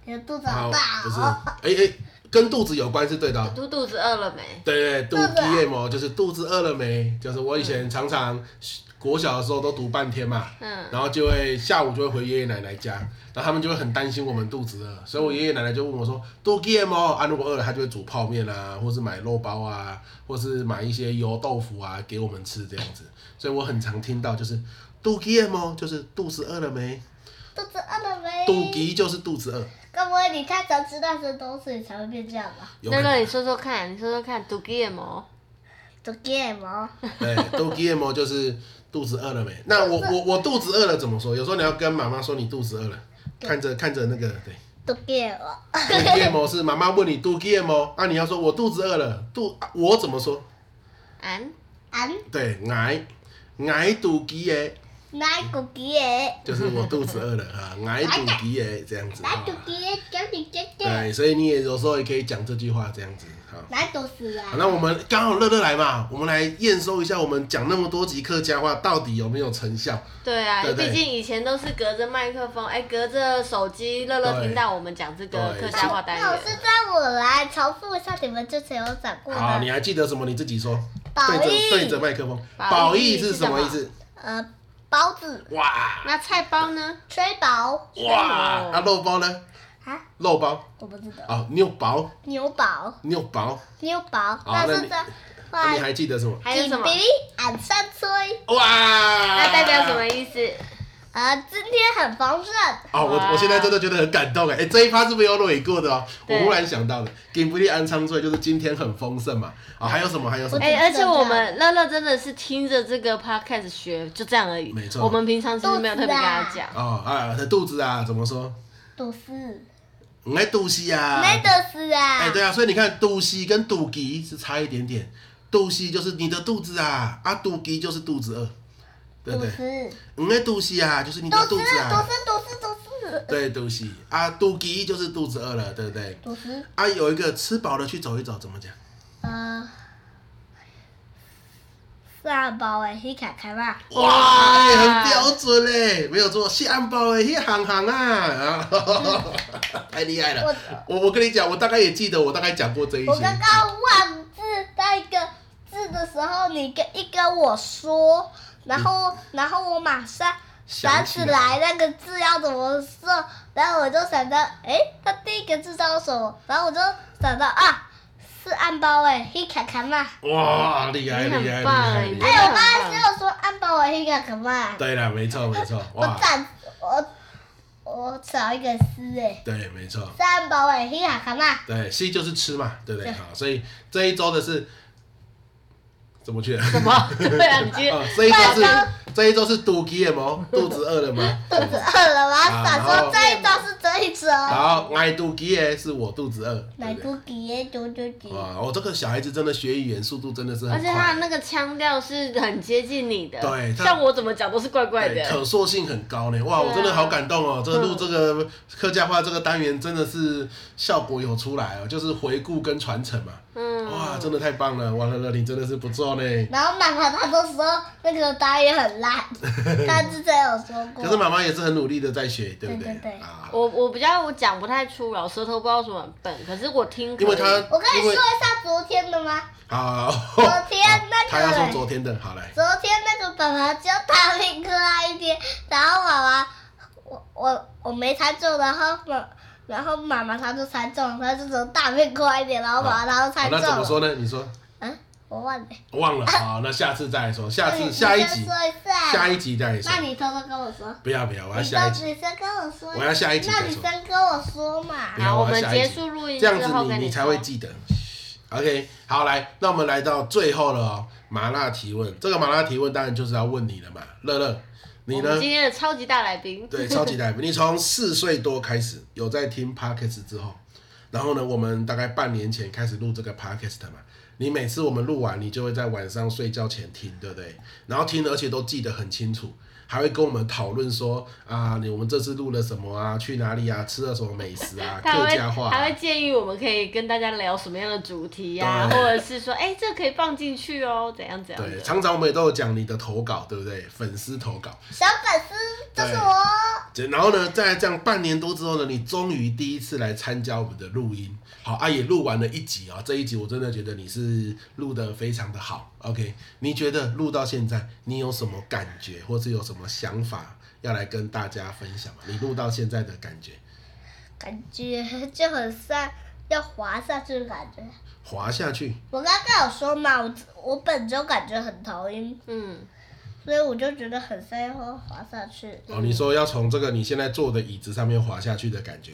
S2: 你的肚”，子
S1: 好
S2: 好，大
S1: 不是，
S2: 哦，
S1: 哎哎，跟肚子有关是对的哦。
S3: 嘟肚子饿了没？
S1: 对对，肚
S2: 肚子啊
S1: 皮夜魔就是肚子饿了没，就是我以前常常国小的时候都读半天嘛，
S3: 嗯，
S1: 然后就会下午就会回爷爷奶奶家，然后他们就会很担心我们肚子饿，所以我爷爷奶奶就问我说肚皮夜魔啊，如果饿了他就会煮泡面啊，或是买肉包啊，或是买一些油豆腐啊给我们吃这样子，所以我很常听到就是肚皮夜魔就是肚子饿了没，
S2: 肚子饿了没？
S1: 肚皮就是肚子饿，
S2: 该不会你太常吃那些东西，你才会变这样吧？
S1: 有
S3: 那
S1: 可能
S3: 那你说说看，你说说看，嘟鸡的毛？
S2: 都 game 哦，
S1: 对，都 g m 就是肚子饿了没？那我我我肚子饿了怎么说？有时候你要跟妈妈说你肚子饿了，看着看着那个对，
S2: 都 game 哦，
S1: 都 g m 是妈妈问你都 g m 啊，你要说我肚子饿了，肚啊我怎么说？
S3: 安
S2: 俺
S1: 对，挨挨肚皮耶，
S2: 奶狗鸡耶，
S1: 就是我肚子饿了啊，挨肚皮耶这样子
S2: 奶
S1: 啊
S2: 狗。鸡耶，叫你姐姐，
S1: 对，所以你也有时候也可以讲这句话这样子好。
S2: 奶狗死啊
S1: 好！那我们刚好乐乐来嘛，我们来验收一下我们讲那么多集客家话到底有没有成效。
S3: 对啊，
S1: 对对
S3: 毕竟以前都是隔着麦克风，哎，隔着手机，乐乐
S1: 对
S3: 听到我们讲这个
S1: 对
S3: 客家话单
S2: 那我是
S3: 元。
S2: 让我来重复一下你们之前有讲过
S1: 好，你
S2: 的，
S1: 还记得什么？你自己说。
S2: 宝
S1: 对着对着
S2: 玉，
S1: 麦克风，
S3: 宝
S1: 宝
S3: 意
S1: 意是什么意思？
S2: 呃，包子，
S1: 哇
S3: 那菜包呢？
S2: 吹薄
S1: 哇，那肉包呢？
S2: 啊，
S1: 肉包
S2: 我不知道，
S1: 哦，牛薄
S2: 牛堡，
S1: 牛薄，
S2: 牛堡，
S1: 好
S2: 但
S1: 那
S2: 是
S1: 你
S2: 这
S1: 那哦你
S2: 话
S1: 还记得什么？
S3: 还有什么？
S2: 比俺上吹，
S1: 哇，
S3: 那
S1: 那
S3: 代表什么？意思？
S2: 呃，今天很丰盛，
S1: 哦，我我现在真的觉得很感动哎，哎，这一趴是没有蕊过的哦，我
S3: 对
S1: 忽然想到的，给不利安昌岁就是今天很丰盛嘛，啊，还有什么？还有什么？
S3: 哎、而且我们乐乐真的是听着这个 podcast 学，就这样而已。
S1: 没错
S3: 我们平常其实没有特别跟他讲。
S1: 哦啊，他肚子啊，怎么说？
S2: 都是，
S1: 你爱肚西啊？
S2: 那都是啊，
S1: 哎，对啊，所以你看，肚西跟肚脐是差一点点，肚西就是你的肚子啊，啊，肚脐就是肚子饿，对不对？
S2: 都是，
S1: 你的肚西啊，就是你
S2: 都
S1: 的
S2: 是，
S1: 肚
S2: 都
S1: 子啊，
S2: 是，都是，都是，
S1: 对，肚西啊，肚脐就是肚子饿了，对不对？
S2: 都是，
S1: 啊，有一个吃饱了去走一走，怎么讲？
S2: 呃，上包诶，去看看嘛，
S1: 哇，哎很标准嘞，没有错，西安包哎，一行行啊， 啊太厉害了！我我跟你讲，我大概也记得，我大概讲过这一些
S2: 我。刚刚忘字那个字的时候，你跟一跟我说，然
S1: 嗯
S2: 后然后我马上想起来那个字要怎么说，然后我就想到，诶，他第一个字叫什么？然后我就想到啊，是暗包诶，黑卡卡嘛。
S1: 哇，厉害
S3: 你很
S1: 厉害厉
S3: 棒
S1: 害！
S3: 哎
S1: 厉
S3: 你
S1: 害
S2: 哎，我刚刚只有说暗包诶，黑卡卡嘛。
S1: 对了，没错没错，
S2: 我
S1: 哇，
S2: 长我我我少一个丝哎，
S1: 对，没错。
S2: 三宝尾黑卡卡嘛，
S1: 对，C 就是吃嘛，对不对？
S2: 对
S1: 好，所以这一周的是怎么去了？
S3: 什么？对啊，你今 天啊
S1: 哦，这一周是
S2: 饭
S1: 这一周是肚饥了吗？肚子饿了 吗？
S2: 肚子饿了吗？
S1: 啊
S2: 咋说
S1: 然后
S2: 这一招是这一招？
S1: 好，爱肚饥的是我肚子饿，对
S2: 奶
S1: 不对？
S2: 猪鸡耶，猪猪鸡，
S1: 哇，我、这个小孩子真的学语言速度真的是
S3: 而
S1: 很
S3: 且他的
S1: 快，
S3: 那个腔调是很接近你的，
S1: 对他
S3: 像我怎么讲都是怪怪
S1: 对，
S3: 的。
S1: 可塑性很高呢。哇，
S3: 对啊
S1: 我真的好感动哦！这个录
S3: 嗯
S1: 这个客家话这个单元真的是效果有出来哦，就是回顾跟传承嘛。
S3: 嗯，
S1: 哇，真的太棒了！哇，乐乐你真的是不错呢。
S2: 然后妈妈她都说那个答也很 烂，她之前有说过。
S1: 可是妈妈也是很努力的在学，对不
S2: 对对对
S1: 啊，
S3: 我我比较我讲不太出来，我舌头不知道为什么很笨，可是我听可以
S1: 因为他
S2: 我跟你
S1: 因
S2: 说
S1: 为
S2: 一下昨天的吗？
S1: 啊，
S2: 昨天那个
S1: 他要说昨天的，好来，
S2: 昨天那个爸爸教大力可爱一点，然后妈妈，我我我没猜中，然后妈，然后妈妈她就猜中了，她就说大便快一点，然后妈妈她就猜
S1: 好啊
S2: 中
S1: 哦那怎么
S2: 了。
S1: 说呢？你说
S2: 嗯，我忘了。
S1: 我忘了，好，那下次再来说，下
S2: 那
S1: 次
S2: 你
S1: 下一
S2: 你
S1: 集
S2: 先说一下。
S1: 下一集再来说
S2: 那，你偷偷跟我说。
S1: 不要不要，我要
S2: 你
S1: 下一集，
S2: 先你先跟我说。
S1: 我要下一集
S2: 那
S1: 再
S2: 你
S1: 说
S2: 先跟我说嘛
S1: 不。要
S3: 好，
S1: 我
S3: 我
S1: 要
S3: 们
S1: 下一
S3: 结
S1: 集
S3: 束录音
S1: 这样
S3: 之
S1: 子
S3: 后跟
S1: 你你才
S3: 说
S1: 会记得。OK，好来，那我们来到最后了哦，麻辣提问，这个麻辣提问当然就是要问你了嘛，乐乐，你
S3: 我
S1: 呢
S3: 们？今天的超级大来宾，
S1: 对，超级大夫，你从四岁多开始有在听 podcast 之后，然后呢，我们大概半年前开始录这个 podcast 嘛。你每次我们录完，你就会在晚上睡觉前听，对不对？然后听，而且都记得很清楚，还会跟我们讨论说啊，你我们这次录了什么啊，去哪里啊，吃了什么美食啊，
S3: 他还
S1: 客
S3: 会
S1: 家话、
S3: 还
S1: 啊
S3: 会。建议我们可以跟大家聊什么样的主题呀、或
S1: 对
S3: 者是说，哎、这可以放进去哦，怎样怎样
S1: 对，
S3: 的。
S1: 常常我们也都有讲你的投稿，对不对？粉丝投稿，
S2: 小粉丝就是
S1: 对
S2: 我。
S1: 这然后呢，在这样半年多之后呢，你终于第一次来参加我们的录音，好啊，也录完了一集啊、这一集我真的觉得你是录的非常的好，OK？你觉得录到现在，你有什么感觉，或是有什么想法要来跟大家分享吗？你录到现在的感觉，
S2: 感觉就很像要滑下去的感觉。
S1: 滑下去，
S2: 我刚刚有说嘛，我我本周感觉很头晕，
S3: 嗯，
S2: 所以我就觉得很像要滑下去。
S1: 哦，你说要从这个你现在坐的椅子上面滑下去的感觉，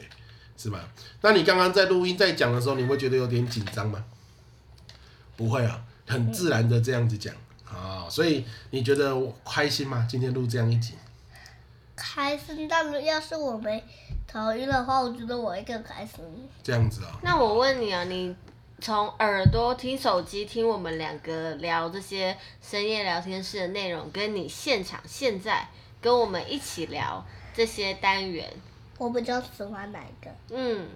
S1: 是吗？那你刚刚在录音在讲的时候，你会觉得有点紧张吗？不会啊，很自然的这样子讲啊、哦所以你觉得我开心吗？今天录这样一集，
S2: 开心，但如要是我没头晕的话，我觉得我会更开心。
S1: 这样子啊、
S3: 那我问你啊，你从耳朵听手机听我们两个聊这些深夜聊天室的内容，跟你现场现在跟我们一起聊这些单元，
S2: 我比较喜欢哪一个？
S3: 嗯，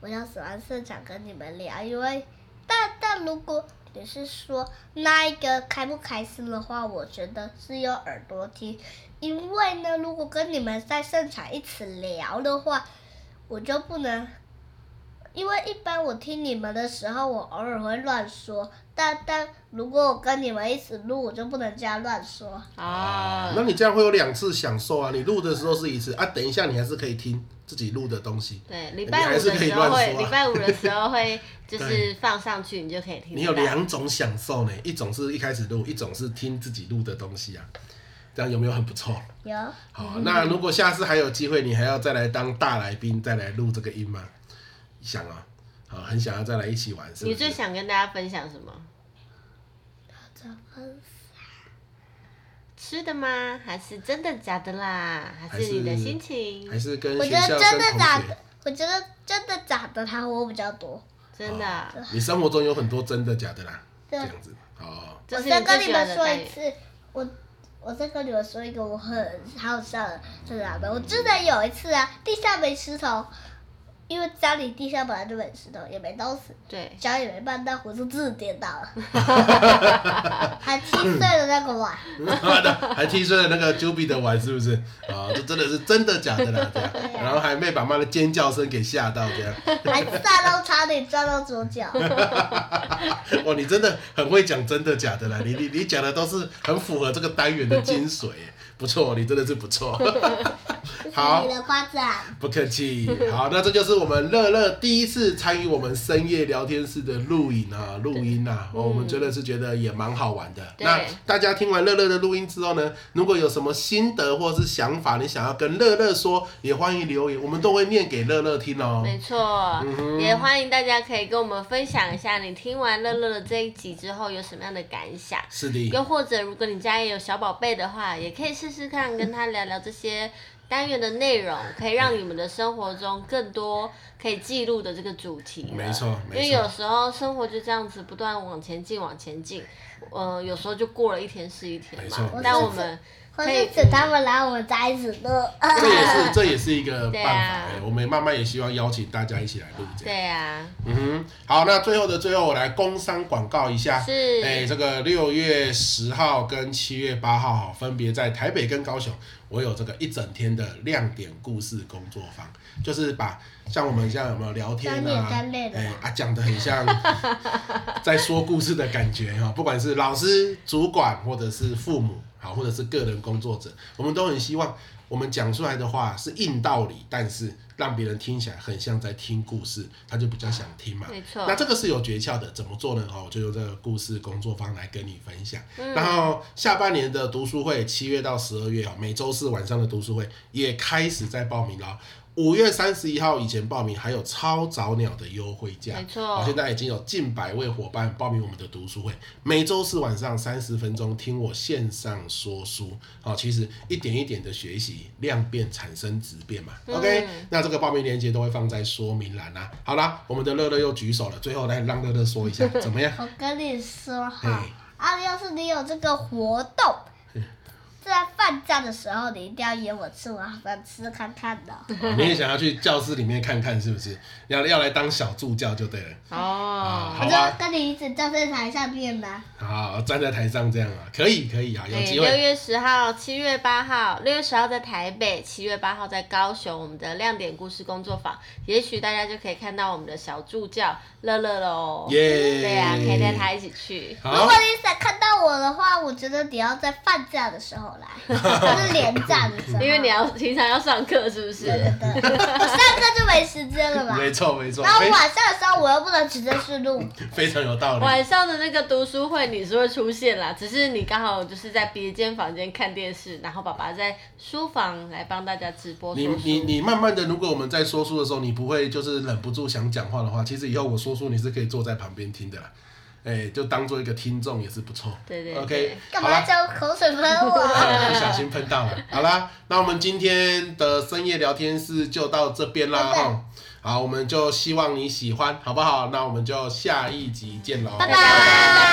S2: 我要喜欢现场跟你们聊，因为但但如果你是说那一个开不开心的话，我觉得是用耳朵听，因为呢，如果跟你们在现场一起聊的话，我就不能，因为一般我听你们的时候，我偶尔会乱说，但但如果我跟你们一起录，我就不能这样乱说。
S3: 啊，
S1: 那你这样会有两次享受啊！你录的时候是一次啊，等一下你还是可以听自己录的东西，
S3: 对，礼
S1: 你
S3: 拜五
S1: 还
S3: 的
S1: 是可以
S3: 时候会，
S1: 乱说啊
S3: 礼拜五的时候会就
S1: 对
S3: 是放上去，你就可以听得到。
S1: 你有两种享受呢，一种是一开始录，一种是听自己录的东西啊，这样有没有很不错？
S2: 有，嗯
S1: 好，那如果下次还有机会，你还要再来当大来宾，再来录这个音吗？想啊、好，很想要再来一起玩，是不是？
S3: 你最想跟大家分享什么？
S2: 怎么
S3: 吃的吗？还是真的假的啦？还是你的心情？
S1: 还是跟
S2: 我
S1: 学
S2: 觉
S1: 校
S2: 得
S1: 跟
S2: 真的
S1: 同
S2: 假
S1: 学
S2: 的？，我觉得真的假的他我比较多。
S3: 真的啊、
S1: 你生活中有很多真的假的啦，这
S2: 对
S1: 样子。哦，
S3: 这
S2: 我
S3: 是
S2: 再
S3: 最
S2: 跟你
S3: 喜欢
S2: 们
S3: 的
S2: 说
S3: 单
S2: 一
S3: 元。
S2: 次，我我再跟你们说一个我很好笑的，是哪的？我记得有一次啊，地上没石头，因为家里地上本来就没石头，也没东西，
S3: 对，
S2: 脚也没绊到，我就自己跌倒了，啊 还踢碎了那个啊碗。
S1: 还踢碎了那个 Juby 的碗，是不是？啊、这真的是真的假的啦，这样。
S2: 啊
S1: 然后还被爸妈的尖叫声给吓到，这样。
S2: 还撒到差点撞到左 脚，
S1: 哇，哦你真的很会讲真的假的啦，你你你讲的都是很符合这个单元的精髓耶，不错，你真的是不错。好
S2: 你的夸奖，
S1: 不客气。好，那这就是我们乐乐第一次参与我们深夜聊天室的录影啊，录音啊，哦我们真的是觉得也蛮好玩的。
S3: 嗯对
S1: 那大家听完乐乐的录音之后呢，如果有什么心得或是想法，你想要跟乐乐说，也欢迎留言，我们都会念给乐乐听哦。
S3: 没错，也欢迎大家可以跟我们分享一下你听完乐乐的这一集之后有什么样的感想。
S1: 是的，
S3: 又或者，如果你家也有小宝贝的话，也可以试试看跟他聊聊这些单元的内容，可以让你们的生活中更多可以记录的这个主题了。
S1: 没错没错
S3: 因为有时候生活就这样子不断往前进，往前进，呃，有时候就过了一天是一天
S1: 没
S3: 嘛
S1: 错。
S3: 但
S2: 没
S3: 我
S2: 错
S3: 们
S2: 或
S3: 可以
S2: 是指他们来我们家一起乐。
S1: 这也是这也是一个
S3: 对
S1: 办
S3: 啊
S1: 法、哎我们慢慢也希望邀请大家一起来录这样。
S3: 对啊，
S1: 嗯哼，好，那最后的最后，我来工商广告一下。
S3: 是
S1: 哎、这个六月十号跟七月八号哈，分别在台北跟高雄，我有这个一整天的亮点故事工作坊，就是把像我们现在有没有聊天啊，
S2: 专业专业的
S1: 哎、啊，讲的很像在说故事的感觉哈，不 管是老师、主管或者是父母，好，或者是个人工作者，我们都很希望我们讲出来的话是硬道理，但是让别人听起来很像在听故事，他就比较想听嘛。
S3: 没错
S1: 那这个是有诀窍的，怎么做呢？哦，我就用这个故事工作坊来跟你分享。
S3: 嗯
S1: 然后下半年的读书会，七月到十二月哦，每周四晚上的读书会也开始在报名了。五月三十一号以前报名，还有超早鸟的优惠价，
S3: 没错
S1: 哦现在已经有近百位伙伴报名我们的读书会，每周四晚上三十分钟听我线上说书。好、其实一点一点的学习，量变产生质变嘛。OK，那这个报名链接都会放在说明栏啦、啊好啦，我们的乐乐又举手了，最后来让乐乐说一下怎么样？
S2: 我跟你说哈
S1: 哎，
S2: 啊，要是你有这个活动，在放假的时候，你一定要约我吃，我好想吃看看的。
S1: 哦你也想要去教室里面看看是不是？要要来当小助教就对了。
S3: 哦
S1: 好
S2: 我
S1: 啊
S2: 就跟你一起教在台上面吧。
S1: 好，站在台上这样啊，可以可以啊，有
S3: 对，
S1: 机
S3: 六
S1: 会。
S3: 月十号、七月八号，六月十号在台北，七月八号在高雄，我们的亮点故事工作坊，也许大家就可以看到我们的小助教乐乐喽。
S1: 耶
S3: 对啊，可以带他一起去。
S2: 如
S1: 好啊
S2: 果，你想看到我的话，我觉得你要在放假的时候来， 就是连假的时候。
S3: 因为你要平常要上课，是不是？
S1: 啊
S2: 我上课就没时间了嘛。
S1: 没错没错，
S2: 然后
S1: 非
S2: 晚上的时候我又不能直接去录，
S1: 非常有道理。
S3: 晚上的那个读书会你是会出现啦，只是你刚好就是在别间房间看电视，然后爸爸在书房来帮大家直播说
S1: 你
S3: 书。
S1: 你你慢慢的，如果我们在说书的时候，你不会就是忍不住想讲话的话，其实以后我说书你是可以坐在旁边听的啦，哎、就当做一个听众也是不错。
S3: 对对
S1: OK，
S2: 干
S1: 好啊
S2: 嘛
S1: 啦，
S2: 叫口水喷
S1: 哎
S2: 我？
S1: 不小心喷到了。好啦，那我们今天的深夜聊天室就到这边啦
S2: 对
S1: 哈。好，我们就希望你喜欢，好不好？那我们就下一集见喽，
S2: 拜拜。